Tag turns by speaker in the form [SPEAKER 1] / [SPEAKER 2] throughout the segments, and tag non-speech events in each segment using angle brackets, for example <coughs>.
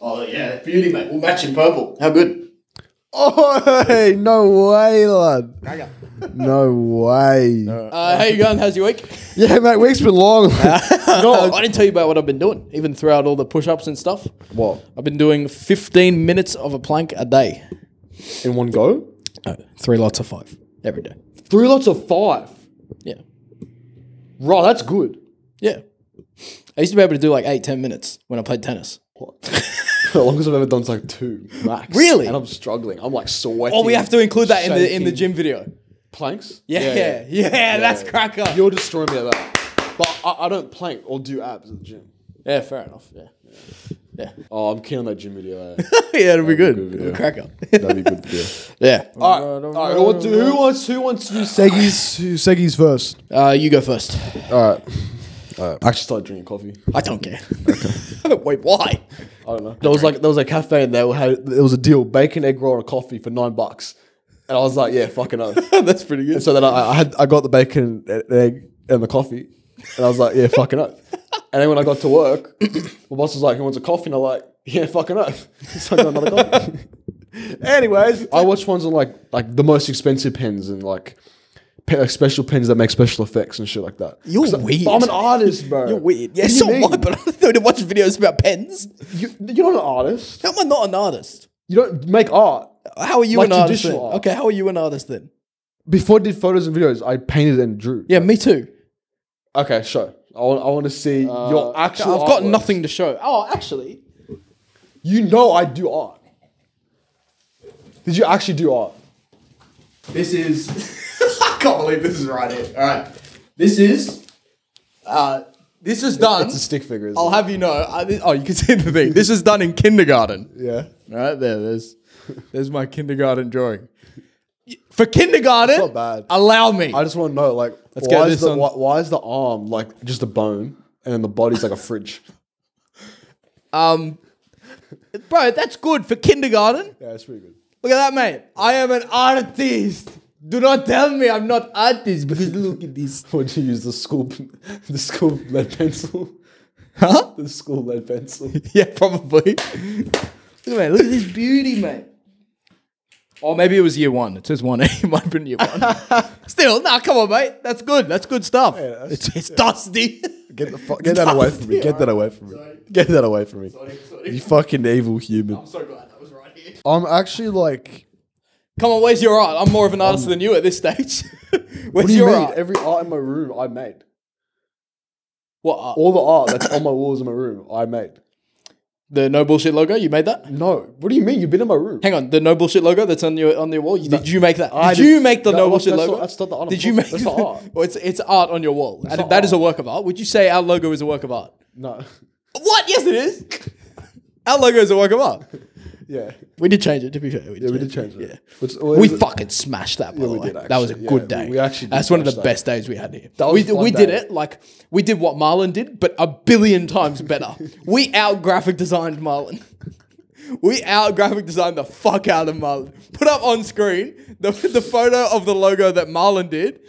[SPEAKER 1] Oh yeah, beauty, mate. We'll match in purple. How good?
[SPEAKER 2] Oh, hey, no way, lad. No way.
[SPEAKER 3] Uh, how you going? How's your <laughs> week?
[SPEAKER 2] Yeah, mate, week's been long.
[SPEAKER 3] <laughs> I didn't tell you about what I've been doing, even throughout all the push-ups and stuff.
[SPEAKER 2] <laughs> what?
[SPEAKER 3] I've been doing 15 minutes of a plank a day.
[SPEAKER 2] In one go?
[SPEAKER 3] No, three lots of five every day.
[SPEAKER 2] Three lots of five.
[SPEAKER 3] Yeah,
[SPEAKER 2] Right, that's good. <laughs>
[SPEAKER 3] yeah. I used to be able to do like eight, ten minutes when I played tennis.
[SPEAKER 2] The longest I've ever done's like two max.
[SPEAKER 3] Really?
[SPEAKER 2] And I'm struggling. I'm like sweating.
[SPEAKER 3] Oh, we have to include that in the in the
[SPEAKER 2] shaking.
[SPEAKER 3] gym video.
[SPEAKER 2] planks.
[SPEAKER 3] Yeah, yeah, yeah. that's cracker.
[SPEAKER 2] You're destroying me at that. But I, I don't plank or do abs at the gym.
[SPEAKER 3] yeah, fair enough. Yeah, <laughs>
[SPEAKER 2] Oh, I'm keen on that gym video. eh?
[SPEAKER 3] yeah, it'll be good.
[SPEAKER 2] good
[SPEAKER 3] It'll be
[SPEAKER 2] video.
[SPEAKER 3] cracker.
[SPEAKER 2] <laughs> That'd be good video.
[SPEAKER 3] <laughs> yeah.
[SPEAKER 2] All right, all right. What do, who wants? Who wants to say?
[SPEAKER 4] Seggy's Seggy's first.
[SPEAKER 3] Uh, you go first.
[SPEAKER 2] All right. All right. I actually started drinking coffee.
[SPEAKER 3] I don't care. <laughs> Wait, why? <laughs>
[SPEAKER 2] I don't know. There was like there was a cafe and they had there was a deal bacon egg roll and a coffee for nine bucks, and I was like, yeah, fucking oath. <laughs>
[SPEAKER 3] that's pretty good.
[SPEAKER 2] And so then I, I had I got the bacon and egg and the coffee, and I was like, yeah, fucking oath. And then when I got to work, <coughs> my boss was like, "Who wants a coffee?" And I'm like, "Yeah, fucking oath." <laughs> So I got another coffee.
[SPEAKER 3] Anyways,
[SPEAKER 2] I watch ones on like like the most expensive pens and like, pe- like special pens that make special effects and shit like that.
[SPEAKER 3] You're
[SPEAKER 2] 'Cause I-
[SPEAKER 3] weird.
[SPEAKER 2] but I'm an artist, bro.
[SPEAKER 3] You're weird. Yeah,
[SPEAKER 2] What do
[SPEAKER 3] so
[SPEAKER 2] you
[SPEAKER 3] am I,
[SPEAKER 2] mean?
[SPEAKER 3] but I don't watch videos about pens.
[SPEAKER 2] you, you're not an artist.
[SPEAKER 3] How am I not an artist?
[SPEAKER 2] You don't make art.
[SPEAKER 3] How are you
[SPEAKER 2] Like
[SPEAKER 3] an artist? Then?
[SPEAKER 2] traditional art.
[SPEAKER 3] Okay, how are you an artist then?
[SPEAKER 2] Before I did photos and videos, I painted and drew.
[SPEAKER 3] Yeah, me too.
[SPEAKER 2] Okay, sure. I want, I want to see your
[SPEAKER 3] I've
[SPEAKER 2] actual.
[SPEAKER 3] got
[SPEAKER 2] artwork.
[SPEAKER 3] nothing to show. Oh, actually,
[SPEAKER 2] You know I do art. Did you actually do art?
[SPEAKER 1] This is. I can't believe this is right here. All right, this is. Uh,
[SPEAKER 3] this is done.
[SPEAKER 2] It's a stick figure. Isn't
[SPEAKER 3] I'll have you know. I, thi- oh, you can see the thing. This is done in kindergarten.
[SPEAKER 2] it? Yeah.
[SPEAKER 3] Right there, there's there's my kindergarten drawing. For kindergarten,
[SPEAKER 2] not bad.
[SPEAKER 3] allow me.
[SPEAKER 2] I just want to know, like,
[SPEAKER 3] get
[SPEAKER 2] why, is
[SPEAKER 3] this
[SPEAKER 2] the,
[SPEAKER 3] on-
[SPEAKER 2] why, why is the arm like just a bone, and then the body's like a fridge?
[SPEAKER 3] um, bro, that's good for kindergarten.
[SPEAKER 2] <laughs> Yeah, it's pretty good.
[SPEAKER 3] Look at that, mate. I am an artist. Do not tell me I'm not artist because look at this. <laughs>
[SPEAKER 2] Would you use the school, <laughs> the school lead pencil?
[SPEAKER 3] Huh?
[SPEAKER 2] The school lead pencil.
[SPEAKER 3] Yeah, probably. look, at mate, look at this beauty, mate. Or maybe it was year one. It says one. <laughs> it might have been year one. <laughs> Still, nah, come on, mate. That's good. That's good stuff.
[SPEAKER 2] that's-
[SPEAKER 3] it's it's <laughs> dusty.
[SPEAKER 2] <laughs> Get the fu- <laughs> get that away from me. Get that away from me. Get that away from me. You fucking evil human.
[SPEAKER 1] I'm so glad that was right here.
[SPEAKER 4] I'm actually like
[SPEAKER 3] come on, where's your art? I'm more of an artist than you at this stage.
[SPEAKER 2] Um,
[SPEAKER 3] <laughs>
[SPEAKER 2] What
[SPEAKER 3] where's
[SPEAKER 2] do you
[SPEAKER 3] your
[SPEAKER 2] mean?
[SPEAKER 3] art?
[SPEAKER 2] Every art in my room I made.
[SPEAKER 3] what uh, art?
[SPEAKER 2] All the art that's on my walls in my room I made.
[SPEAKER 3] The no bullshit logo. You made that.
[SPEAKER 2] No. What do you mean? You've been in my room.
[SPEAKER 3] Hang on, the no bullshit logo that's on your on your wall. You, did you make that?
[SPEAKER 2] I
[SPEAKER 3] did you
[SPEAKER 2] did-
[SPEAKER 3] make the
[SPEAKER 2] that
[SPEAKER 3] no
[SPEAKER 2] was-
[SPEAKER 3] bullshit
[SPEAKER 2] that's
[SPEAKER 3] logo?
[SPEAKER 2] not- that's not the art I'm
[SPEAKER 3] Did you
[SPEAKER 2] talking-
[SPEAKER 3] make
[SPEAKER 2] that's not
[SPEAKER 3] the-
[SPEAKER 2] art.
[SPEAKER 3] <laughs> Well, it's it's art on your wall. That,
[SPEAKER 2] not
[SPEAKER 3] that is a
[SPEAKER 2] art.
[SPEAKER 3] work of art. Would you say our logo is a work of art? <laughs>
[SPEAKER 2] No. <laughs>
[SPEAKER 3] What? Yes, it is. <laughs> our logo is a work of art.
[SPEAKER 2] Yeah.
[SPEAKER 3] We did change it. To be fair, we did,
[SPEAKER 2] Yeah, we did change it.
[SPEAKER 3] Yeah.
[SPEAKER 2] Which-
[SPEAKER 3] We
[SPEAKER 2] it-
[SPEAKER 3] fucking smashed that, by the
[SPEAKER 2] we
[SPEAKER 3] way.
[SPEAKER 2] did,
[SPEAKER 3] that was a
[SPEAKER 2] actually.
[SPEAKER 3] good
[SPEAKER 2] Yeah,
[SPEAKER 3] day.
[SPEAKER 2] we- we actually did
[SPEAKER 3] That's one of the
[SPEAKER 2] smash that.
[SPEAKER 3] best days we had here.
[SPEAKER 2] was
[SPEAKER 3] we
[SPEAKER 2] a
[SPEAKER 3] did-
[SPEAKER 2] fun
[SPEAKER 3] we did
[SPEAKER 2] day.
[SPEAKER 3] it like we did what Marlon did, but a billion times
[SPEAKER 2] <laughs>
[SPEAKER 3] better. we out graphic designed Marlon. <laughs> We out graphic designed the fuck out of Marlon. Put up on screen the, the photo of the logo that Marlon did,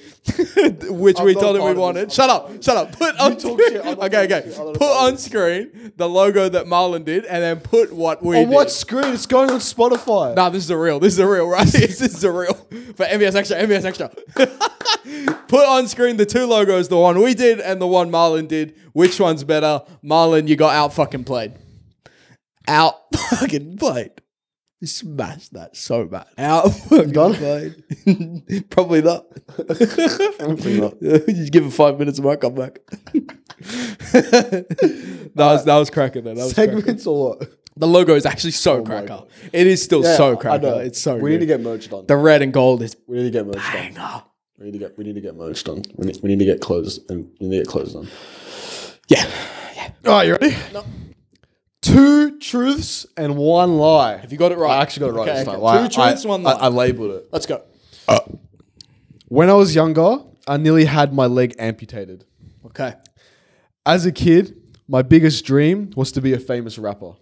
[SPEAKER 3] <laughs> which we
[SPEAKER 2] not
[SPEAKER 3] told him
[SPEAKER 2] part
[SPEAKER 3] we
[SPEAKER 2] of this.
[SPEAKER 3] wanted. Shut up, shut up. Put on
[SPEAKER 2] talk shit,
[SPEAKER 3] <laughs>
[SPEAKER 2] I'm not
[SPEAKER 3] okay,
[SPEAKER 2] talking
[SPEAKER 3] okay.
[SPEAKER 2] shit, I'm not
[SPEAKER 3] Put on screen the logo that Marlon did, and then put what we
[SPEAKER 2] On
[SPEAKER 3] did.
[SPEAKER 2] Oh, what screen? It's going on Spotify.
[SPEAKER 3] Nah, this is a real. This is a real, right? <laughs> this is a real. For MBS Extra, MBS Extra. <laughs> Put on screen the two logos, the one we did and the one Marlon did. Which one's better? Marlon, you got out fucking played. Out <laughs> fucking played. You smashed that so bad. Out <laughs> fucking
[SPEAKER 2] Done? <laughs>
[SPEAKER 3] played. <laughs> Probably not.
[SPEAKER 2] not.
[SPEAKER 3] you give him five minutes and I come back. <laughs> that, was, that was cracking, though. That was cracking.
[SPEAKER 2] Segments or what?
[SPEAKER 3] The logo is actually so cracker. It is still so
[SPEAKER 2] I know.
[SPEAKER 3] cracker. It's so good.
[SPEAKER 2] We need to get merged on.
[SPEAKER 3] the red and gold is
[SPEAKER 2] We need to get merged on.
[SPEAKER 3] banger.
[SPEAKER 2] We need to get. We need to get merged on. We need, we need to get closed and we need to get closed on.
[SPEAKER 3] Yeah.
[SPEAKER 2] All right, you ready? No. Two truths and one lie. Have
[SPEAKER 3] you got it right?
[SPEAKER 2] I actually got it right
[SPEAKER 3] Okay,
[SPEAKER 2] this time.
[SPEAKER 3] okay.
[SPEAKER 2] Well,
[SPEAKER 3] Two
[SPEAKER 2] I-
[SPEAKER 3] truths, one
[SPEAKER 2] I-
[SPEAKER 3] lie.
[SPEAKER 2] I labeled it.
[SPEAKER 3] Let's go.
[SPEAKER 2] When I was younger, I nearly had my leg amputated.
[SPEAKER 3] Okay.
[SPEAKER 2] As a kid, my biggest dream was to be a famous rapper.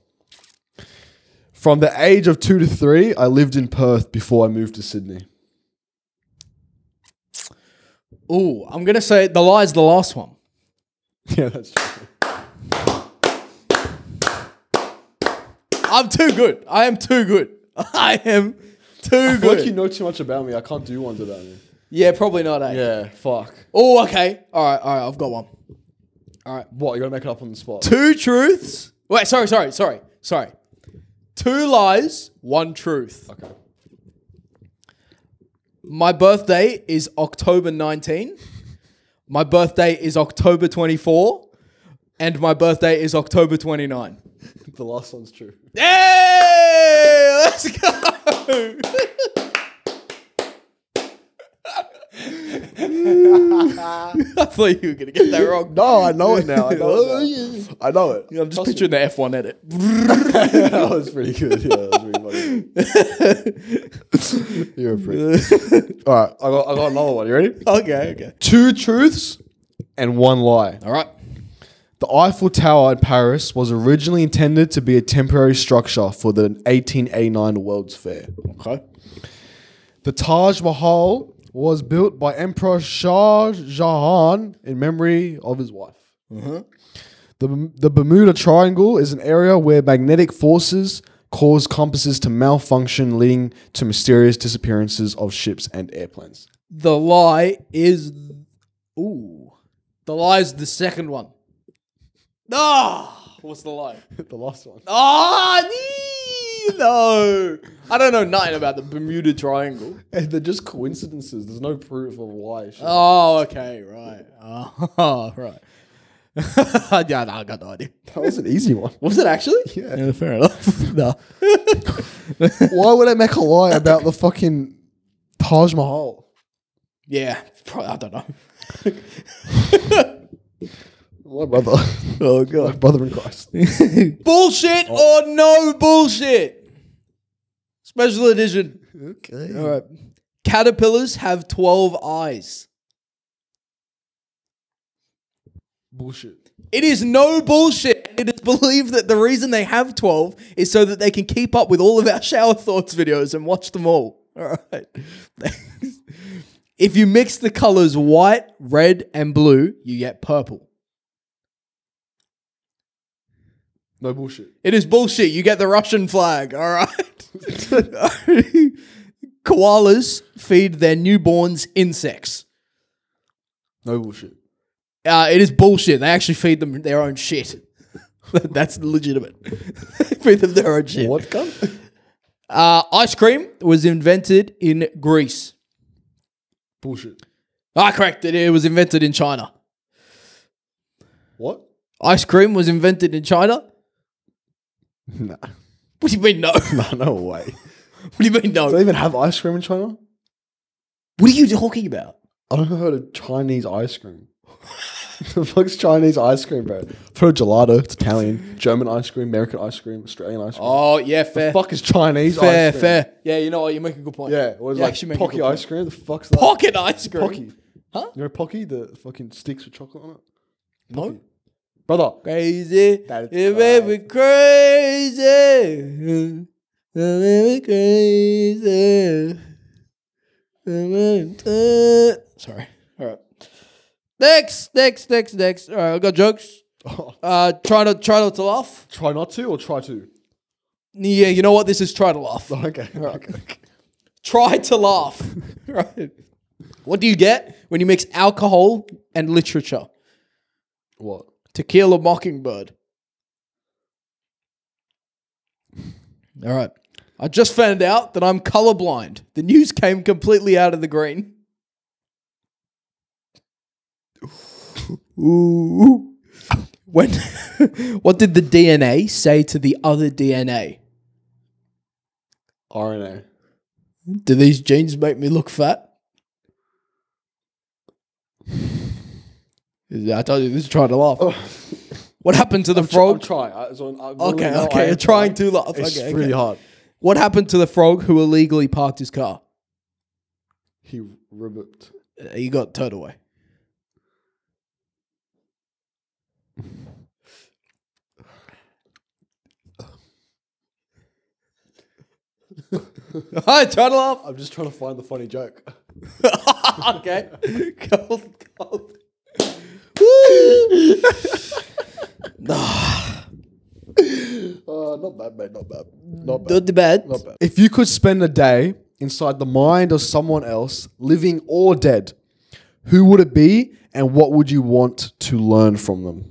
[SPEAKER 2] From the age of two to three, I lived in Perth before I moved to Sydney. <laughs>
[SPEAKER 3] Ooh, I'm gonna say the lie is the last one.
[SPEAKER 2] Yeah, that's true.
[SPEAKER 3] I'm too good. I am too good. <laughs> I am too
[SPEAKER 2] I feel like
[SPEAKER 3] good.
[SPEAKER 2] you know too much about me. I can't do one today. Man.
[SPEAKER 3] yeah, probably not. Eh?
[SPEAKER 2] Yeah, fuck.
[SPEAKER 3] Oh, okay. All right, all right. I've got one.
[SPEAKER 2] What? You gotta make it up on the spot.
[SPEAKER 3] Two truths. Wait, sorry, sorry, sorry, sorry. Two lies, one truth.
[SPEAKER 2] Okay. <laughs>
[SPEAKER 3] My birthday is October 19. My birthday is October 24. And my birthday is October 29.
[SPEAKER 2] The last one's true.
[SPEAKER 3] Hey! Let's go! <laughs> I thought you were going to get that wrong.
[SPEAKER 4] No, I know it now. I know
[SPEAKER 2] <laughs>
[SPEAKER 4] it. now. I know it.
[SPEAKER 3] I'm just picturing the F1 edit.
[SPEAKER 2] that was pretty good. Yeah, that was pretty funny. You're a prick. All right, I got, I got another one. You ready?
[SPEAKER 3] Okay, okay.
[SPEAKER 2] Two truths and one lie.
[SPEAKER 3] All right.
[SPEAKER 2] The Eiffel Tower in Paris was originally intended to be a temporary structure for the 1889 World's Fair.
[SPEAKER 3] Okay.
[SPEAKER 2] The Taj Mahal was built by Emperor Shah Jahan in memory of his wife. Mm-hmm. The, the Bermuda Triangle is an area where magnetic forces cause compasses to malfunction, leading to mysterious disappearances of ships and airplanes.
[SPEAKER 3] The lie is. Ooh. The lie is the second one. Ah! What's the lie?
[SPEAKER 2] <laughs> the last one. <laughs>
[SPEAKER 3] Ah! nee, No! I don't know nothing about the Bermuda Triangle.
[SPEAKER 2] they're just coincidences. There's no proof of <laughs> why. shit.
[SPEAKER 3] Oh, okay, right. Oh, <laughs> right. yeah, no, I got no idea.
[SPEAKER 2] that was an easy <laughs> one.
[SPEAKER 3] Was it actually? Yeah. fair enough. <laughs> no.
[SPEAKER 2] why would I make a lie about the fucking Taj Mahal?
[SPEAKER 3] Yeah, probably, I don't know.
[SPEAKER 2] My brother.
[SPEAKER 3] Oh,
[SPEAKER 2] <laughs> My brother in Christ.
[SPEAKER 3] <laughs> bullshit or no bullshit? Special edition.
[SPEAKER 2] <laughs> okay.
[SPEAKER 3] All right. Caterpillars have 12 eyes.
[SPEAKER 2] Bullshit.
[SPEAKER 3] It is no bullshit. and It is <laughs> believed that the reason they have 12 is so that they can keep up with all of our <laughs> shower thoughts videos and watch them all. <laughs> All right. Thanks. If you mix the colors white, red, and blue, you get purple.
[SPEAKER 2] No bullshit.
[SPEAKER 3] It is bullshit. You get the Russian flag. All right. <laughs> Koalas feed their newborns insects.
[SPEAKER 2] No bullshit.
[SPEAKER 3] Uh, it is bullshit. They actually feed them their own shit. <laughs> That's legitimate. <laughs> They feed them their own shit.
[SPEAKER 2] What gun?
[SPEAKER 3] Uh, ice cream was invented in Greece.
[SPEAKER 2] <laughs> bullshit.
[SPEAKER 3] Ah, correct. It, it was invented in China.
[SPEAKER 2] What?
[SPEAKER 3] Ice cream was invented in China.
[SPEAKER 2] Nah. <laughs>
[SPEAKER 3] What do you mean no? <laughs> What
[SPEAKER 2] Nah, no way.
[SPEAKER 3] do you mean no?
[SPEAKER 2] Do they even have ice cream in China?
[SPEAKER 3] What are you talking about?
[SPEAKER 2] I don't heard of Chinese ice cream. <laughs> the fuck's Chinese ice cream, bro? Throw gelato. It's Italian, German ice cream, American ice cream, Australian ice cream.
[SPEAKER 3] Oh yeah, fair,
[SPEAKER 2] fuck is Chinese
[SPEAKER 3] fair,
[SPEAKER 2] ice cream?
[SPEAKER 3] fair. Yeah, you know what? You make a good point.
[SPEAKER 2] Yeah, what is
[SPEAKER 3] You
[SPEAKER 2] like
[SPEAKER 3] actually make a
[SPEAKER 2] Pocky
[SPEAKER 3] good point.
[SPEAKER 2] ice cream? The fuck's that?
[SPEAKER 3] Pocket ice cream.
[SPEAKER 2] Pocky.
[SPEAKER 3] Huh?
[SPEAKER 2] You know Pocky, the fucking sticks with chocolate on it?
[SPEAKER 3] No.
[SPEAKER 2] Brother,
[SPEAKER 3] Crazy.
[SPEAKER 2] That is
[SPEAKER 3] It made me crazy. It made me crazy. It made me- Sorry. All right. Next, next, next, next. All right, I got jokes. Uh, try not, try not to laugh.
[SPEAKER 2] <laughs> try not to or try to?
[SPEAKER 3] Yeah, you know what? This is try to laugh.
[SPEAKER 2] <laughs> Okay. okay.
[SPEAKER 3] Try to laugh. <laughs> right. What do you get when you mix alcohol and literature?
[SPEAKER 2] What?
[SPEAKER 3] To Kill a Mockingbird. All right. I just found out that I'm colorblind. The news came completely out of the
[SPEAKER 2] <laughs>
[SPEAKER 3] green. Ooh. When <laughs> what did the DNA say to the other DNA?
[SPEAKER 2] RNA.
[SPEAKER 3] Do these jeans make me look fat? <sighs> I told you this is trying to laugh.
[SPEAKER 2] <laughs>
[SPEAKER 3] What happened to the
[SPEAKER 2] Bro, Oh. I'm
[SPEAKER 3] frog?
[SPEAKER 2] trying. I, so I'm, I'm
[SPEAKER 3] Okay, okay, you're trying to laugh.
[SPEAKER 2] It's
[SPEAKER 3] okay,
[SPEAKER 2] really
[SPEAKER 3] okay.
[SPEAKER 2] hard.
[SPEAKER 3] What happened to the frog who illegally parked his car?
[SPEAKER 2] He ribbed.
[SPEAKER 3] Uh, He got towed away. <laughs> Hi, try to laugh.
[SPEAKER 2] <laughs> I'm just trying to find the funny joke.
[SPEAKER 3] <laughs> okay. Cold, cold. Woo!
[SPEAKER 2] Uh, not
[SPEAKER 4] Not bad, mate. Not bad. Not bad.
[SPEAKER 5] Not the bad.
[SPEAKER 4] Not bad.
[SPEAKER 2] If you could spend a day inside the mind of someone else, living or dead, who would it be and what would you want to learn from them?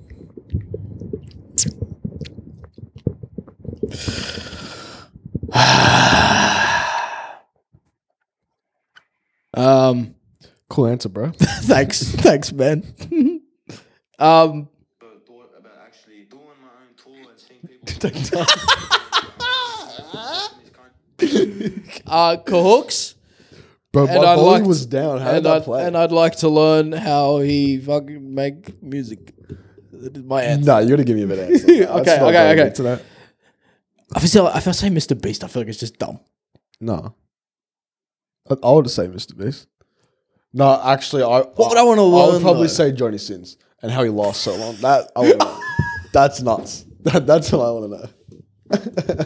[SPEAKER 5] Um,
[SPEAKER 2] Cool answer, bro.
[SPEAKER 5] thanks, thanks, man. <laughs> um,
[SPEAKER 6] thought about actually doing my own tour and seeing people.
[SPEAKER 5] <laughs> uh, Kahooks,
[SPEAKER 2] <laughs> Bro,
[SPEAKER 5] And
[SPEAKER 2] my
[SPEAKER 5] I'd
[SPEAKER 2] volume
[SPEAKER 5] like-
[SPEAKER 2] was down. How did
[SPEAKER 5] and
[SPEAKER 2] I
[SPEAKER 5] I'd
[SPEAKER 2] play?
[SPEAKER 5] and I'd like to learn how he fucking make music. That is my answer.
[SPEAKER 4] No, you gotta give me a better
[SPEAKER 2] <laughs>
[SPEAKER 4] answer. okay,
[SPEAKER 5] Okay, okay, okay.
[SPEAKER 4] Today.
[SPEAKER 5] I feel if I say Mr. Beast, I feel like it's just <laughs> dumb.
[SPEAKER 2] no. I, I would say Mr. Beast. No, actually, I. What
[SPEAKER 5] would I wanna
[SPEAKER 2] I
[SPEAKER 5] learn,
[SPEAKER 2] would probably
[SPEAKER 5] though?
[SPEAKER 2] say Johnny Sins and how he lost so long.
[SPEAKER 4] That I want
[SPEAKER 2] <laughs>
[SPEAKER 4] to know. That's nuts. That, that's what I want to know.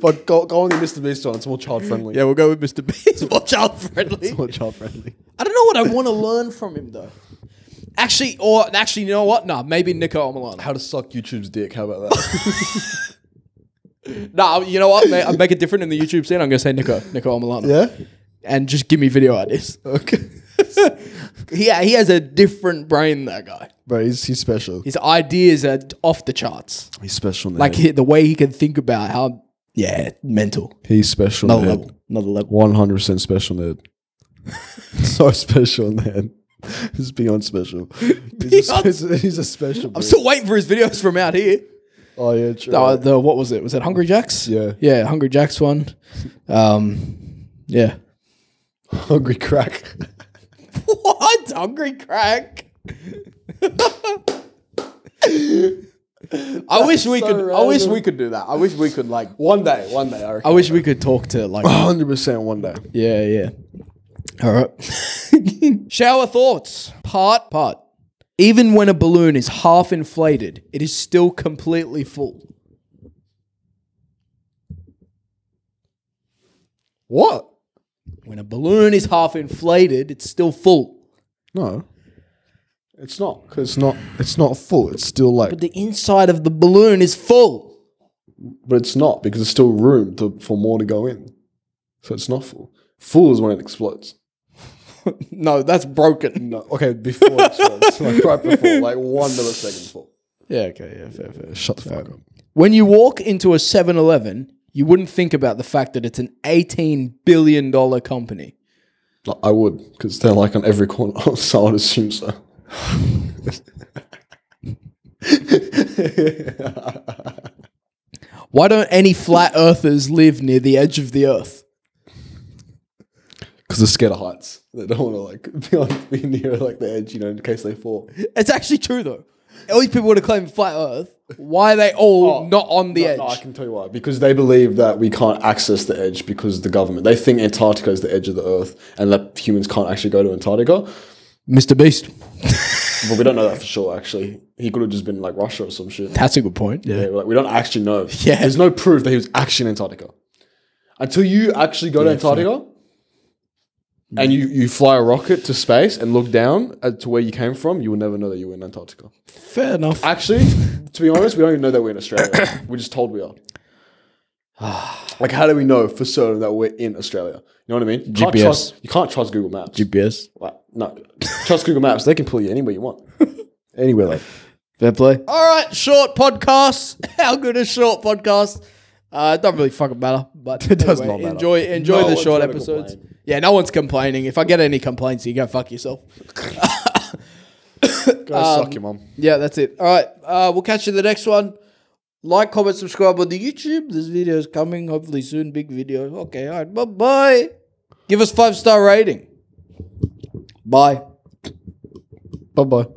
[SPEAKER 2] But go, go on the Mr. Beast one. It's more child friendly.
[SPEAKER 3] Yeah, we'll go with Mr.
[SPEAKER 5] <laughs>
[SPEAKER 3] Beast.
[SPEAKER 5] It's more child friendly.
[SPEAKER 2] It's <laughs> more child friendly.
[SPEAKER 5] I don't know what I want to learn from him though.
[SPEAKER 3] actually, or actually, you know what? Nah, maybe Nico Omelana.
[SPEAKER 2] How to suck YouTube's dick. How about that?
[SPEAKER 3] Nah, you know what? mate? I'll make it different in the YouTube scene. I'm gonna say Nico, Nico Omelana.
[SPEAKER 2] <laughs> yeah?
[SPEAKER 3] And just give me video ideas.
[SPEAKER 2] Okay.
[SPEAKER 3] He, he has a different brain, that guy.
[SPEAKER 2] <laughs> Bro, he's, he's special.
[SPEAKER 3] His ideas are off the charts.
[SPEAKER 2] He's special.
[SPEAKER 3] Like he, the way he can think about how, yeah, mental.
[SPEAKER 2] He's special.
[SPEAKER 5] Another
[SPEAKER 2] nerd.
[SPEAKER 5] level. Another level.
[SPEAKER 2] One hundred percent special nerd. <laughs> so special nerd. He's beyond special. <laughs> He's, a, spe- he's a special.
[SPEAKER 3] I'm
[SPEAKER 2] breed.
[SPEAKER 3] still waiting for his videos from out here.
[SPEAKER 2] oh yeah, true.
[SPEAKER 5] Uh, the what was it? Was it Hungry Jacks?
[SPEAKER 2] Yeah.
[SPEAKER 5] yeah, Hungry Jacks one. Um, yeah.
[SPEAKER 2] <laughs> Hungry crack.
[SPEAKER 3] What? Hungry crack? I wish we could. I wish we could do that. I wish we could like.
[SPEAKER 2] one day, one day. I
[SPEAKER 5] I
[SPEAKER 2] reckon.
[SPEAKER 5] wish we could talk to like.
[SPEAKER 2] hundred percent. One day.
[SPEAKER 5] yeah, yeah. All right.
[SPEAKER 3] <laughs> Shower thoughts. Part part. Even when a balloon is half inflated, it is still completely full.
[SPEAKER 2] What?
[SPEAKER 3] When a balloon is half inflated, it's still full.
[SPEAKER 2] No. It's not. 'cause it's not. It's not full. It's still like.
[SPEAKER 5] The inside of the balloon is
[SPEAKER 3] <laughs>
[SPEAKER 5] full.
[SPEAKER 2] But it's not because there's still room to, for more to go in. So it's not full. Full is when it explodes.
[SPEAKER 5] No, that's broken.
[SPEAKER 2] No. Okay, before it explodes, <laughs> like right before, like <laughs> one millisecond full.
[SPEAKER 5] Yeah. Okay. Yeah. Fair. Fair.
[SPEAKER 2] Shut the fuck up.
[SPEAKER 3] When you walk into a 7-Eleven, you wouldn't think about the fact that it's an 18 billion dollar company.
[SPEAKER 2] Like, I would, because they're like on every corner, <laughs> so I'd assume so.
[SPEAKER 3] Why don't any flat earthers live near the edge of the earth?
[SPEAKER 2] Because they're scared of heights. They don't want to like <laughs> be, on, be near like the edge, you know, in case they fall.
[SPEAKER 3] It's actually true though. All these people would have claimed flat Earth. Why are they all Oh, not on the edge?
[SPEAKER 2] No, I can tell you why. Because they believe that we can't access the edge because the government. They think Antarctica is the edge of the Earth and that humans can't actually go to Antarctica.
[SPEAKER 3] Mr. Beast.
[SPEAKER 2] But we don't know that for sure. Actually, he could have just been like Russia or some shit.
[SPEAKER 3] That's a good point.
[SPEAKER 2] Yeah, like we don't actually know.
[SPEAKER 3] <laughs> Yeah.
[SPEAKER 2] There's no proof that he was actually in Antarctica. Until you actually go to Antarctica and you, you fly a rocket to space and look down at, to where you came from, you will never know that you were in Antarctica.
[SPEAKER 5] Fair enough.
[SPEAKER 2] Actually, to be honest, we don't even know that we're in <coughs> Australia. we're just told we are. like, how do we know for certain that we're in Australia? You know what I mean? You can't
[SPEAKER 5] GPS.
[SPEAKER 2] trust, you can't trust Google Maps.
[SPEAKER 5] GPS.
[SPEAKER 2] Like, no, trust Google Maps. They can pull you anywhere you <laughs> want. Anywhere, like.
[SPEAKER 5] Fair play.
[SPEAKER 3] All right, short podcast. <laughs> How good is short podcast? Uh, it doesn't really fucking matter, but <laughs> it
[SPEAKER 5] does not matter.
[SPEAKER 3] Enjoy, enjoy
[SPEAKER 2] No
[SPEAKER 3] the
[SPEAKER 2] one's
[SPEAKER 3] short
[SPEAKER 2] gonna
[SPEAKER 3] episodes.
[SPEAKER 2] complain.
[SPEAKER 3] Yeah, no one's complaining. If I get any complaints, you go fuck yourself.
[SPEAKER 2] Go suck your mum.
[SPEAKER 3] Yeah, that's it. All right, uh, we'll catch you in the next one. Like, comment, subscribe on the YouTube. This video is coming hopefully soon. Big video. Okay, all right, bye bye. Give us five star rating. Bye.
[SPEAKER 2] Bye bye.